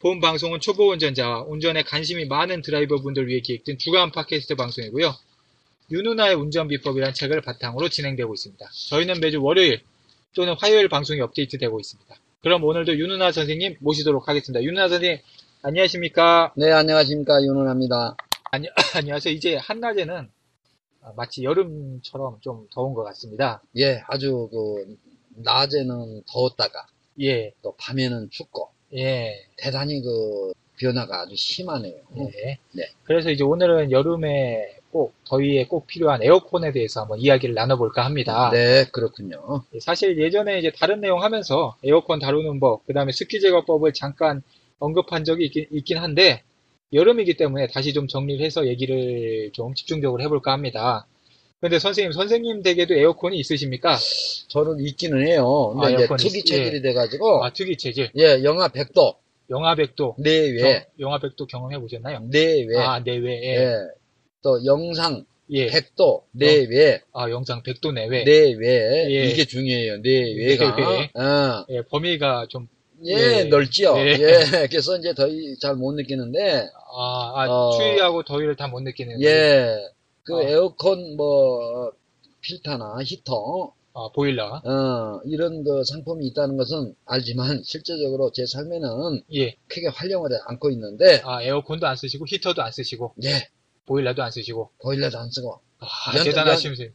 본 방송은 초보 운전자와 운전에 관심이 많은 드라이버분들 위해 기획된 주간 팟캐스트 방송이고요. 윤누나의 운전 비법이란 책을 바탕으로 진행되고 있습니다. 저희는 매주 월요일 또는 화요일 방송이 업데이트되고 있습니다. 그럼 오늘도 윤누나 선생님 모시도록 하겠습니다. 윤누나 선생님, 안녕하십니까? 네, 안녕하십니까. 윤호나입니다. 안녕하세요. 이제 한낮에는 마치 여름처럼 좀 더운 것 같습니다. 예, 아주 그, 낮에는 더웠다가, 예, 또 밤에는 춥고, 예. 대단히 그, 변화가 아주 심하네요. 네. 네. 그래서 이제 오늘은 여름에 꼭 더위에 꼭 필요한 에어컨에 대해서 한번 이야기를 나눠볼까 합니다. 네, 그렇군요. 사실 예전에 이제 다른 내용 하면서 에어컨 다루는 법, 그 다음에 습기 제거법을 잠깐 언급한 적이 있긴, 있긴 한데 여름이기 때문에 다시 좀 정리를 해서 얘기를 좀 집중적으로 해볼까 합니다. 근데 선생님, 선생님 댁에도 에어컨이 있으십니까? 저는 있기는 해요. 근데 아, 이제 에어컨이- 특이 예. 체질이 돼가지고, 아, 특이 체질. 예, 영하 100도, 네 영하 백도. 내외, 네 영하 백도 경험해 보셨나요? 내외, 아, 내외에. 예. 또 영상 예. 100도, 네 내외, 아, 영상 백도 네. 내외. 내외, 예. 네 이게 중요해요. 네 내외가. 내외. 어. 예, 범위가 좀 예, 예. 넓지요. 예. 예, 그래서 이제 더위 잘 못 느끼는데, 아, 아, 어. 추위하고 더위를 다 못 느끼는. 예, 그 어. 에어컨 뭐 필터나 히터 아, 보일러. 어, 이런 그 상품이 있다는 것은 알지만 실제적으로 제 삶에는 예. 크게 활용을 않고 있는데 아, 에어컨도 안 쓰시고, 히터도 안 쓰시고, 예 보일러도 안 쓰시고. 보일러도 안 쓰고 아, 연- 대단하신 분.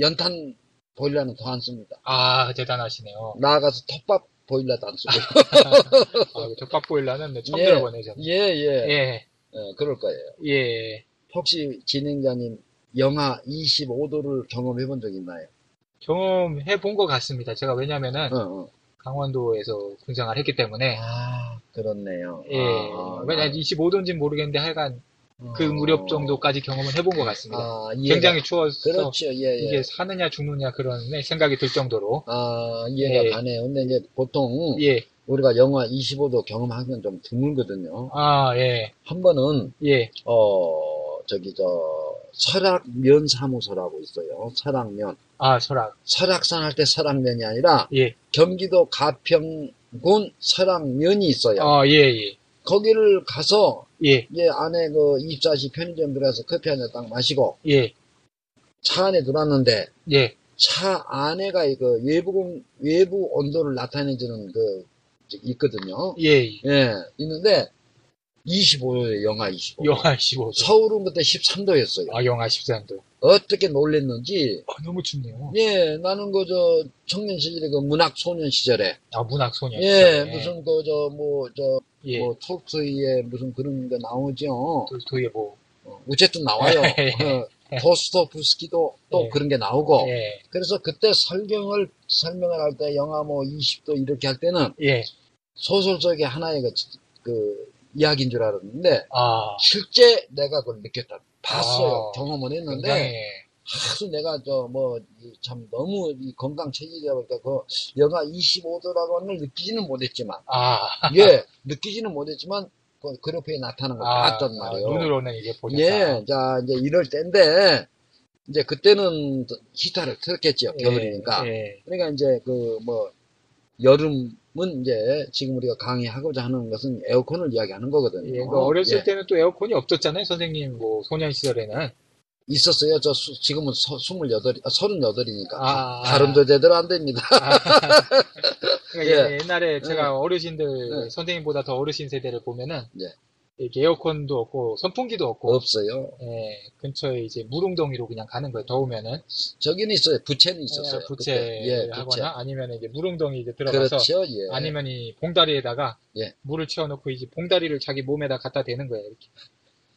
연탄 보일러는 더 안 씁니다. 아, 대단하시네요. 나아가서 톱밥 보일러도 안 쓰고 아, 족밥 보일러는 네, 처음 예. 들어보네, 저는. 예예 예, 그럴 거예요. 예. 혹시 진행자님 영하 25도를 경험해 본 적 있나요? 경험해 본 것 같습니다. 제가 왜냐면은, 어, 어. 강원도에서 군생활 했기 때문에. 아 그렇네요. 아, 예. 왜냐, 25도인지는 모르겠는데, 하여간 그 무렵 정도까지 경험은 해본 것 같습니다. 아, 이해가- 굉장히 추워서, 그렇죠. 예, 예. 이게 사느냐 죽느냐 그런 생각이 들 정도로. 아, 이해가 예. 가네요. 근데 이제 보통 예. 드물거든요. 우리가 영하 25도 경험하기는 좀 드물거든요. 아, 예, 한 번은, 예, 어, 저기, 저, 설악면 사무소라고 있어요. 설악면. 아, 설악, 설악산 할 때 설악면이 아니라 예, 경기도 가평군 설악면이 있어요. 아, 예, 예, 거기를 가서 예, 이제 안에 그 24시 편의점 들어가서 커피 한 잔 딱 마시고 예, 차 안에 들어왔는데 예, 차 안에가 이거 그 외부 공- 외부 온도를 나타내주는 그 있거든요. 예, 예, 있는데 25도에 영하 25. 영하 15도, 서울은 그때 13도였어요. 아, 영하 13도. 어떻게 놀랬는지. 아, 너무 춥네요. 예, 나는 그 저 청년 시절에 그 문학 소년 시절에 아, 문학 소녀. 예, 무슨 그 저 뭐 저뭐 예, 톡스에 무슨 그런 거 나오죠. 도에 뭐, 어, 어쨌든 나와요. 예. 어, 도스토프스키도 또 예. 그런 게 나오고. 예, 그래서 그때 설경을 설명을 할 때 영하 뭐 20도 이렇게 할 때는 예, 소설 속의 하나의 그, 그 이야기인 줄 알았는데 아, 실제 내가 그걸 느꼈다 아, 봤어요 경험은 굉장히, 했는데 아주 내가 저 뭐 참 너무 이 건강 체질이다 보니까 그 영하 25도라고 하는 걸 느끼지는 못했지만 아, 예 느끼지는 못했지만 그 그래프에 나타나는 걸 아, 봤단 말이에요. 아, 눈으로는 이게 보니까. 예, 자 이제 이럴 때인데 이제 그때는 기타를 틀었겠죠 겨울이니까. 예, 그러니까 이제 그 뭐 여름은 이제 지금 우리가 강의하고자 하는 것은 에어컨을 이야기하는 거거든요. 예, 그러니까 어렸을 예. 때는 또 에어컨이 없었잖아요, 선생님, 뭐, 소년 시절에는. 있었어요. 저 수- 지금은 서, 28, 아, 38이니까 아, 발음도 제대로 안 됩니다. 그러니까 예. 옛날에 제가 어르신들, 예. 선생님보다 더 어르신 세대를 보면은, 예. 이렇게 에어컨도 없고 선풍기도 없고 없어요. 예, 근처에 이제 무릉덩이로 그냥 가는 거예요. 더우면은 저기는 있어요. 부채는 있었어요. 예, 그때. 예, 부채하거나 아니면 이제 무릉덩이 이제 부채. 들어가서 그렇죠. 예. 아니면 이 봉다리에다가 예. 물을 채워놓고 이제 봉다리를 자기 몸에다 갖다 대는 거예요.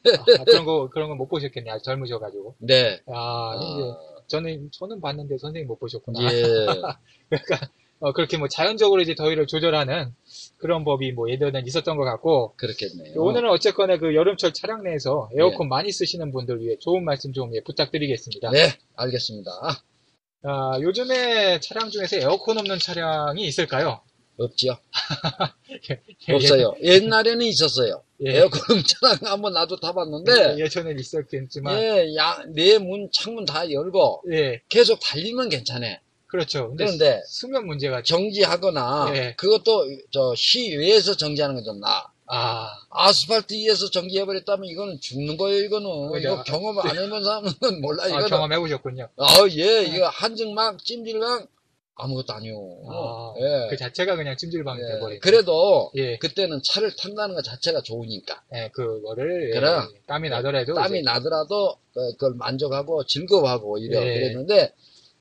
이렇게 아, 그런 거 그런 거 못 보셨겠네. 아직 젊으셔가지고 네. 아 이게 아, 저는 저는 봤는데 선생님 못 보셨구나. 예. 어, 그렇게 뭐 자연적으로 이제 더위를 조절하는 그런 법이 뭐 예전엔 있었던 것 같고 그렇겠네요. 예, 오늘은 어쨌거나 그 여름철 차량 내에서 에어컨 많이 쓰시는 분들 위해 좋은 말씀 좀 예, 부탁드리겠습니다. 네, 알겠습니다. 아, 요즘에 차량 중에서 에어컨 없는 차량이 있을까요? 없지요. 예, 없어요. 옛날에는 있었어요. 예, 에어컨 차량 한번 나도 타봤는데, 예, 전엔 있었겠지만 예, 야, 내 문, 창문 다 열고, 예 계속 달리면 괜찮아. 그렇죠. 근데 그런데, 수면 문제가 좀- 정지하거나, 예. 그것도, 저, 시외에서 정지하는 게 좀 나아. 아 아스팔트 위에서 정지해버렸다면, 이거는 죽는 거예요, 이거는. 그죠. 이거 경험 안 해본 사람은 몰라, 아, 이거는. 경험해 네. 보셨군요. 아, 예, 이거 한증막, 찜질방, 아무것도 아니오. 아, 예. 그 자체가 그냥 찜질방이 예. 돼버린. 그래도, 예, 그때는 차를 탄다는 것 자체가 좋으니까. 예, 그거를 예, 그럼. 네. 땀이 나더라도 땀이 이제- 나더라도 그- 그걸 만족하고 즐거워하고 오히려 예. 그랬는데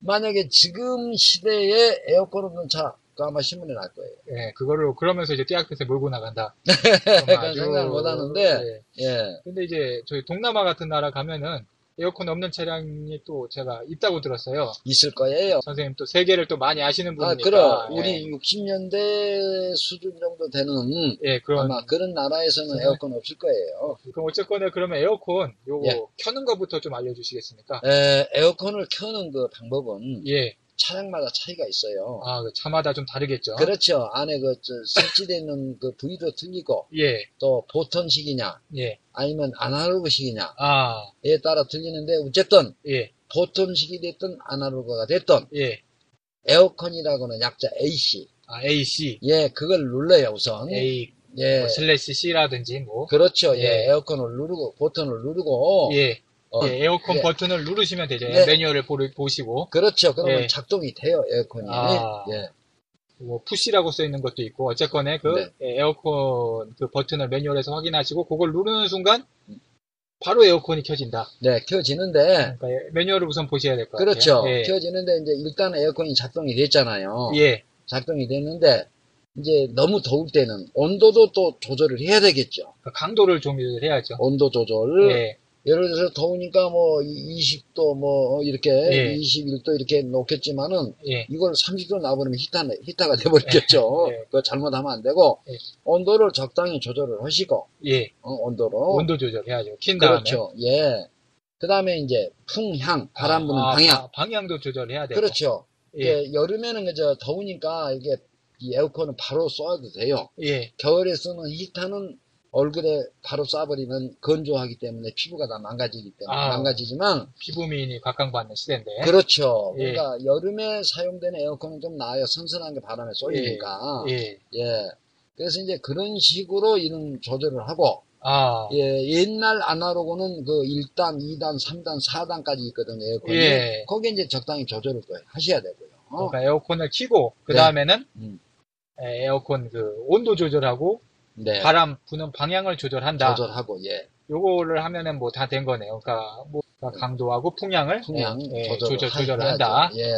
만약에 지금 시대에 에어컨 없는 차가 그 아마 신문에 날 거예요. 예, 그거를 그러면서 이제 띠약볕에 몰고 나간다. 그런 생각을 못 하는데. 예. 예. 근데 이제 저희 동남아 같은 나라 가면은 에어컨 없는 차량이 또 제가 있다고 들었어요. 있을 거예요. 선생님 또 세계를 또 많이 아시는 아, 분이니까. 그럼 예, 우리 60년대 수준 정도 되는 예, 그런 아마 그런 나라에서는 네. 에어컨 없을 거예요. 그럼 어쨌거나 그러면 에어컨 요거 예. 아, 켜는 거부터 좀 알려주시겠습니까? 에, 에어컨을 켜는 그 방법은 예, 차량마다 차이가 있어요. 아그 차마다 좀 다르겠죠. 그렇죠. 안에 그 저, 설치되어 있는 그 부위도 틀리고 예, 또 보턴식이냐 예, 아니면 아날로그식이냐에 아, 따라 틀리는데 어쨌든 예, 보통식이 됐든 아날로그가 됐든 예, 에어컨이라고는 약자 AC 아 A C, 예 그걸 눌러요 우선 A 예 뭐 슬래시 C라든지 뭐, 그렇죠 예, 예. 에어컨을 누르고 버튼을 누르고 예, 어, 예, 에어컨 예. 버튼을 누르시면 되죠. 네. 매뉴얼을 보, 보시고 그렇죠 그러면 예. 작동이 돼요 에어컨이 아. 예 뭐 푸시라고 써 있는 것도 있고 어쨌건에 그 네. 예, 에어컨 그 버튼을 매뉴얼에서 확인하시고 그걸 누르는 순간 음. 바로 에어컨이 켜진다. 네, 켜지는데 그러니까 예, 매뉴얼을 우선 보셔야 될 것 같아요. 그렇죠 예. 켜지는데 어. 이제 일단 에어컨이 작동이 됐잖아요 예. 작동이 됐는데 이제 너무 더울 때는 온도도 또 조절을 해야 되겠죠 그 강도를 조절을 해야죠. 온도 조절 예. 예를 들어서 더우니까 뭐 이- 20도 뭐 이렇게 예. 21도 이렇게 놓겠지만은 예. 이걸 30도 놔버리면 히타, 히타가 돼버리겠죠. 예. 그거 잘못하면 안 되고 예. 온도를 적당히 조절을 하시고 예. 어, 온도로 온도 조절해야죠. 킨 다음에 그렇죠. 예. 그 다음에 이제 풍향 바람 부는 아, 방향 아, 방향도 조절해야 되고. 그렇죠. 예. 이게 여름에는 그저 더우니까 이게 이 에어컨은 바로 쏴도 돼요. 예. 겨울에 쓰는 히타는 얼굴에 바로 쏴버리면 건조하기 때문에 피부가 다 망가지기 때문에 아. 망가지지만 피부미인이 각광받는 시대인데. 그렇죠. 예. 그러니까 여름에 사용되는 에어컨은 좀 나아요. 선선한 게 바람에 쏠리니까. 예. 예. 그래서 이제 그런 식으로 이런 조절을 하고, 아. 예, 옛날 아날로그는 그 1단, 2단, 3단, 4단까지 있거든요. 에어컨이. 예. 거기에 이제 적당히 조절을 또 하셔야 되고요. 어, 그러니까 에어컨을 켜고 그 다음에는 음. 에어컨 그 온도 조절하고 네. 바람 부는 방향을 조절한다. 조절하고, 예. 요거를 하면은 뭐 다 된 거네요. 그러니까 뭐 강도하고 풍량을 풍량 예, 조절을 조절 하- 조절을 해야죠. 한다. 예.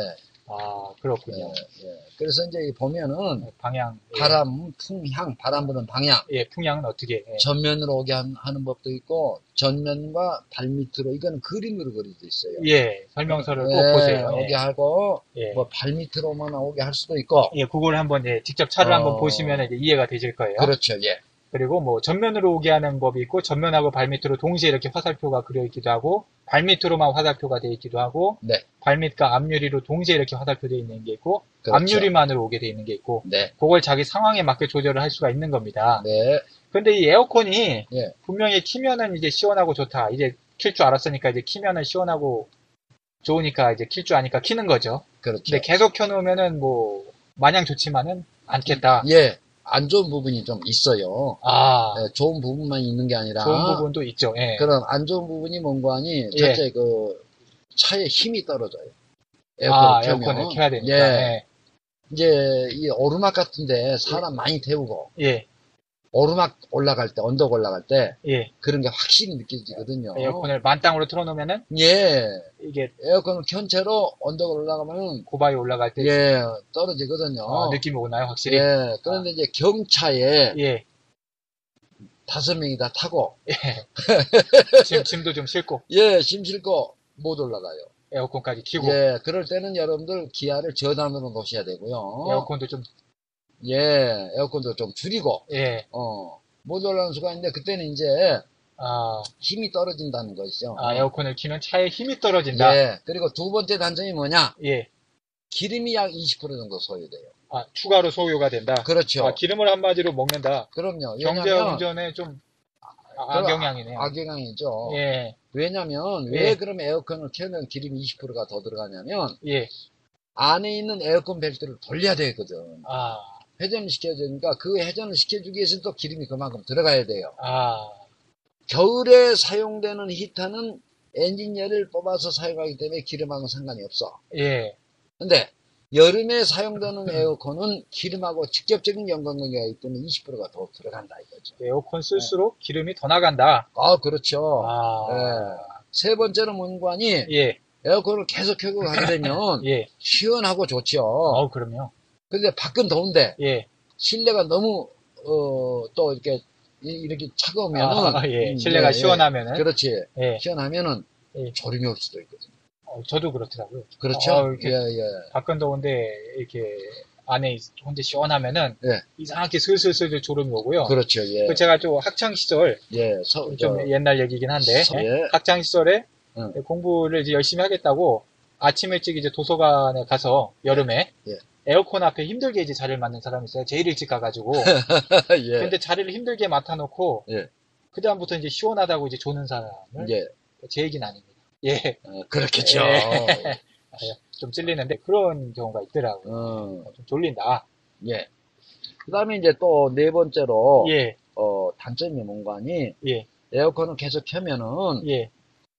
아 그렇군요. 예, 예. 그래서 이제 보면은 방향 예. 바람, 풍향, 바람 부는 방향. 예 풍량은 어떻게 예. 전면으로 오게 한- 하는 법도 있고 전면과 발밑으로 이거는 그림으로 그려져 있어요. 예, 설명서를 꼭 예, 보세요. 오게 예, 하고 예. 뭐 발밑으로만 오게 할 수도 있고 예, 그걸 한번 예, 직접 차를 어. 한번 보시면 이제 이해가 되실 거예요. 그렇죠. 예. 리고뭐 전면으로 오게 하는 법이 있고 전면하고 발밑으로 동시에 이렇게 화살표가 그려 있기도 하고 발밑으로만 화살표가 돼 있기도 하고 네. 발밑과 앞유리로 동시에 이렇게 화살표 돼 있는 게 있고 그렇죠. 앞유리만으로 오게 돼 있는 게 있고 네. 그걸 자기 상황에 맞게 조절을 할 수가 있는 겁니다. 네. 근데 이 에어컨이 예. 분명히 키면은 이제 시원하고 좋다. 이제 킬 줄 알았으니까 이제 키면은 시원하고 좋으니까 이제 킬 줄 아니까 키는 거죠. 그렇죠. 근데 계속 켜놓으면은 뭐 마냥 좋지만은 않겠다. 예. 안 좋은 부분이 좀 있어요. 아 예, 좋은 부분만 있는 게 아니라 좋은 부분도 있죠. 예. 그런 안 좋은 부분이 뭔가 하니 예. 첫째 그 차에 힘이 떨어져요. 에어컨을 아 켜면. 에어컨을 켜야 되니까. 예. 예. 이제 이 오르막 같은데 사람 많이 태우고 예. 오르막 올라갈 때, 언덕 올라갈 때 예. 그런 게 확실히 느껴지거든요. 에어컨을 만땅으로 틀어놓으면은 예. 이게 에어컨을 켠채로 언덕을 올라가면은 고바위 올라갈 때 예, 떨어지거든요. 어, 느낌이 아. 오나요, 확실히? 예. 그런데 이제 경차에 예. 다섯 명이 다 타고 짐, 짐도 좀 싣고 예, 짐 싣고 못 올라가요. 에어컨까지 키고 예, 그럴 때는 여러분들 기아를 저단으로 놓으셔야 되고요. 에어컨도 좀 예, 에어컨도 좀 줄이고, 예. 어, 못 올라가는 수가 있는데, 그때는 이제 아, 힘이 떨어진다는 것이죠. 아, 에어컨을 키면 차에 힘이 떨어진다. 예, 그리고 두 번째 단점이 뭐냐? 예. 기름이 약 20% 정도 소요돼요. 아, 추가로 소요가 된다. 그렇죠. 아, 기름을 한마디로 먹는다. 그럼요. 경제 왜냐면 운전에 좀 아, 그럼 악영향이네요. 악영향이죠. 예, 왜냐면, 예. 왜 그럼 에어컨을 켜면 기름이 20%가 더 들어가냐면, 예. 안에 있는 에어컨 벨트를 돌려야 되거든. 아, 회전을 시켜야 되니까, 그 회전을 시켜주기 위해서는 또 기름이 그만큼 들어가야 돼요. 아, 겨울에 사용되는 히터는 엔진열을 뽑아서 사용하기 때문에 기름하고는 상관이 없어. 예. 근데 여름에 음. 사용되는 에어컨은 기름하고 직접적인 연관관계가 있기 때문에 20%가 더 들어간다 이거죠. 에어컨 쓸수록 기름이 더 나간다. 아 그렇죠. 아, 예. 세 번째는 문관이 예, 에어컨을 계속 켜고 가게 되면 예. 시원하고 좋죠. 어, 그럼요. 근데 밖은 더운데 예. 실내가 너무 어, 또 이렇게 이- 이렇게 차가우면 아, 예. 실내가 시원하면은. 음, 그렇지. 예. 시원하면은 예. 졸음이 올 수도 있거든. 어, 저도 그렇더라고요. 그렇죠. 어, 이렇게- 예, 예. 밖은 더운데, 이렇게, 안에 있- 혼자 시원하면은. 예. 이상하게 슬슬슬 졸음이 오고요. 그렇죠. 예. 그 제가 좀 학창시절, 예. 서, 좀 저- 옛날 얘기긴 한데. 서- 예. 예. 학창시절에 응. 공부를 이제 열심히 하겠다고 아침 일찍 이제 도서관에 가서 여름에 예. 에어컨 앞에 힘들게 이제 자리를 맡는 사람이 있어요. 제일 일찍 가가지고. 예. 근데 자리를 힘들게 맡아놓고 예. 그다음부터 이제 시원하다고 이제 조는 사람을 예. 제 얘기는 아닙니다. 예, 어, 그렇겠죠. 좀 찔리는데 그런 경우가 있더라고요. 어, 좀 졸린다. 예. 그다음에 이제 또 네 번째로 예, 어, 단점이 뭔가니 예, 에어컨을 계속 켜면은 예.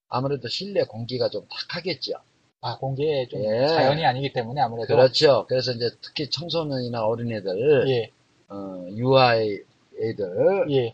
아무래도 실내 공기가 좀 탁하겠죠. 아 공개 좀 예. 자연이 아니기 때문에 아무래도 그렇죠. 그래서 이제 특히 청소년이나 어린애들, 예, 어, 유아의 애들 예.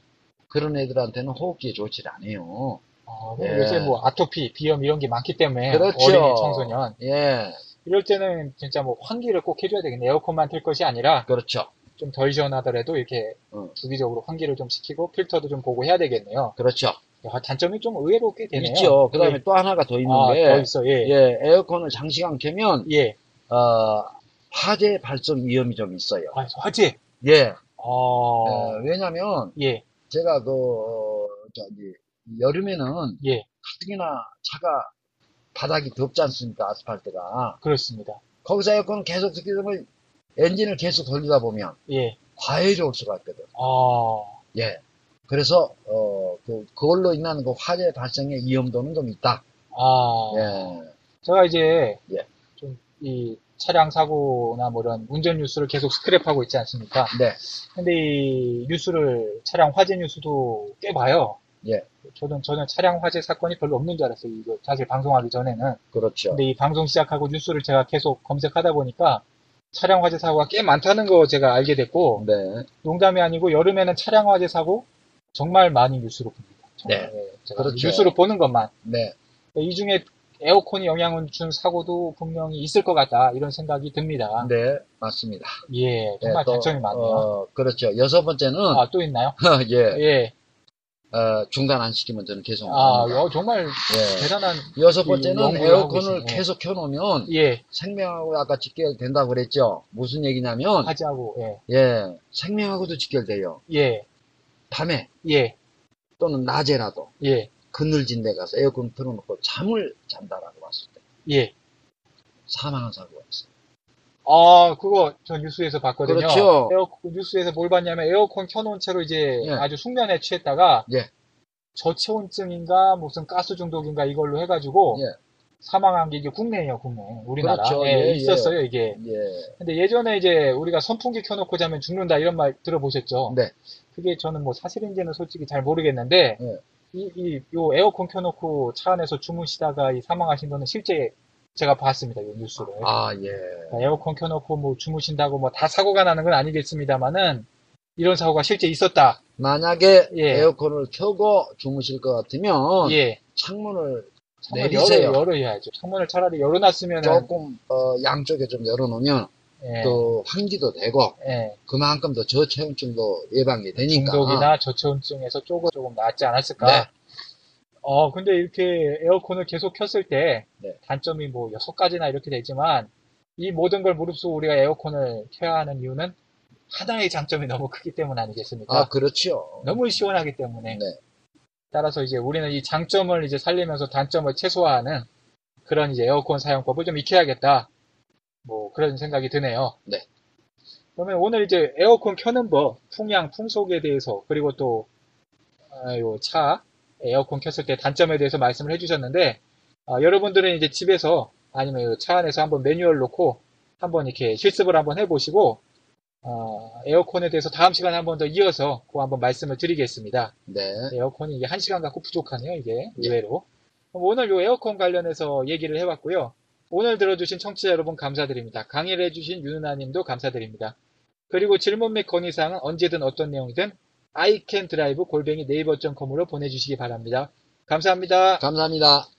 그런 애들한테는 호흡기에 좋지 않아요. 아, 그리고 예. 요새 뭐 아토피, 비염 이런 게 많기 때문에 그렇죠. 어린이 청소년 예, 이럴 때는 진짜 뭐 환기를 꼭 해줘야 되겠네. 에어컨만 틀 것이 아니라 그렇죠. 좀 덜 시원하더라도 이렇게 어. 주기적으로 환기를 좀 시키고 필터도 좀 보고 해야 되겠네요. 그렇죠. 야, 단점이 좀 의외로 꽤 되네요. 있죠. 그 다음에 예. 또 하나가 더 있는 아, 더 게, 있어. 예. 예, 에어컨을 장시간 켜면, 예. 어, 화재 발생 위험이 좀 있어요. 아, 화재. 예. 어. 어, 왜냐면, 예. 제가 그, 어, 저기, 여름에는 예. 가뜩이나 차가 바닥이 덥지 않습니까? 아스팔트가. 그렇습니다. 거기서 에어컨을 계속 듣게 되면, 엔진을 계속 돌리다 보면, 예. 과열이 올 수가 있거든. 어. 예. 그래서, 어, 그, 그걸로 인한 그 화재 발생의 위험도는 좀 있다. 아. 예. 제가 이제 예. 좀 이 차량 사고나 뭐 이런 운전 뉴스를 계속 스크랩하고 있지 않습니까? 네. 근데 이 뉴스를 차량 화재 뉴스도 꽤 봐요. 예. 저는 저는 차량 화재 사건이 별로 없는 줄 알았어요. 이거 사실 방송하기 전에는. 그렇죠. 근데 이 방송 시작하고 뉴스를 제가 계속 검색하다 보니까 차량 화재 사고가 꽤 많다는 거 제가 알게 됐고 네. 농담이 아니고 여름에는 차량 화재 사고 정말 많이 뉴스로 봅니다. 정말, 예, 제가 그렇죠. 뉴스로 보는 것만 네. 이 중에 에어컨이 영향을 준 사고도 분명히 있을 것 같다 이런 생각이 듭니다. 네. 맞습니다. 예, 예, 정말 또, 단점이 많네요. 어, 그렇죠. 여섯 번째는, 아, 또 있나요? 예, 예. 어, 중단 안 시키면 저는 계속 못 아, 합니다. 어, 정말 예. 대단한, 여섯 이 번째는 연구를 하고 에어컨을 계시네. 계속 켜놓으면 예, 생명하고 아까 직결된다고 그랬죠. 무슨 얘기냐면, 하지하고, 예, 예, 생명하고도 직결돼요. 예, 밤에 예, 또는 낮에라도 예, 그늘진 데 가서 에어컨 틀어놓고 잠을 잔다라고 봤을 때 예. 사망한 사고가 있어요. 아, 그거 저 뉴스에서 봤거든요. 그렇죠. 에어컨, 뉴스에서 뭘 봤냐면 에어컨 켜놓은 채로 이제 예. 아주 숙면에 취했다가 예. 저체온증인가 무슨 가스 중독인가 이걸로 해가지고 예. 사망한 게 이게 국내예요, 국내. 우리나라. 그렇죠. 예, 예, 예. 있었어요, 이게. 예, 근데 예전에 이제 우리가 선풍기 켜놓고 자면 죽는다 이런 말 들어보셨죠? 네. 그게 저는 뭐 사실인지는 솔직히 잘 모르겠는데, 네. 이, 이, 요 에어컨 켜놓고 차 안에서 주무시다가 이 사망하신 거는 실제 제가 봤습니다, 요 뉴스를. 아, 예, 그러니까 에어컨 켜놓고 뭐 주무신다고 뭐 다 사고가 나는 건 아니겠습니다만은, 이런 사고가 실제 있었다. 만약에 예. 에어컨을 켜고 주무실 것 같으면 예. 창문을 창문을 열어, 내리세요. 열어야죠. 창문을 차라리 열어놨으면 조금 어, 양쪽에 좀 열어놓으면 예. 또 환기도 되고 예. 그만큼 더 저체온증도 예방이 되니까 중독이나 저체온증에서 조금 조금 낫지 않았을까. 그러니까. 네. 어 근데 이렇게 에어컨을 계속 켰을 때 네. 단점이 뭐 여섯 가지나 이렇게 되지만 이 모든 걸 무릅쓰고 우리가 에어컨을 켜야 하는 이유는 하나의 장점이 너무 크기 때문 아니겠습니까? 아 그렇죠. 너무 시원하기 때문에 네. 따라서 이제 우리는 이 장점을 이제 살리면서 단점을 최소화하는 그런 이제 에어컨 사용법을 좀 익혀야겠다 뭐 그런 생각이 드네요. 네. 그러면 오늘 이제 에어컨 켜는 법, 풍향, 풍속에 대해서 그리고 또 아, 요차 에어컨 켰을 때 단점에 대해서 말씀을 해주셨는데 아, 여러분들은 이제 집에서 아니면 요차 안에서 한번 매뉴얼 놓고 한번 이렇게 실습을 한번 해보시고 어, 에어컨에 대해서 다음 시간에 한번 더 이어서 그 한번 말씀을 드리겠습니다. 네. 에어컨이 이게 한 시간 갖고 부족하네요, 이게. 의외로. 그럼 오늘 요 에어컨 관련해서 얘기를 해봤고요. 오늘 들어주신 청취자 여러분 감사드립니다. 강의를 해주신 윤은아님도 감사드립니다. 그리고 질문 및 건의사항은 언제든 어떤 내용이든 i c a n d r i v e 골뱅이 네이버.com으로 보내주시기 바랍니다. 감사합니다. 감사합니다.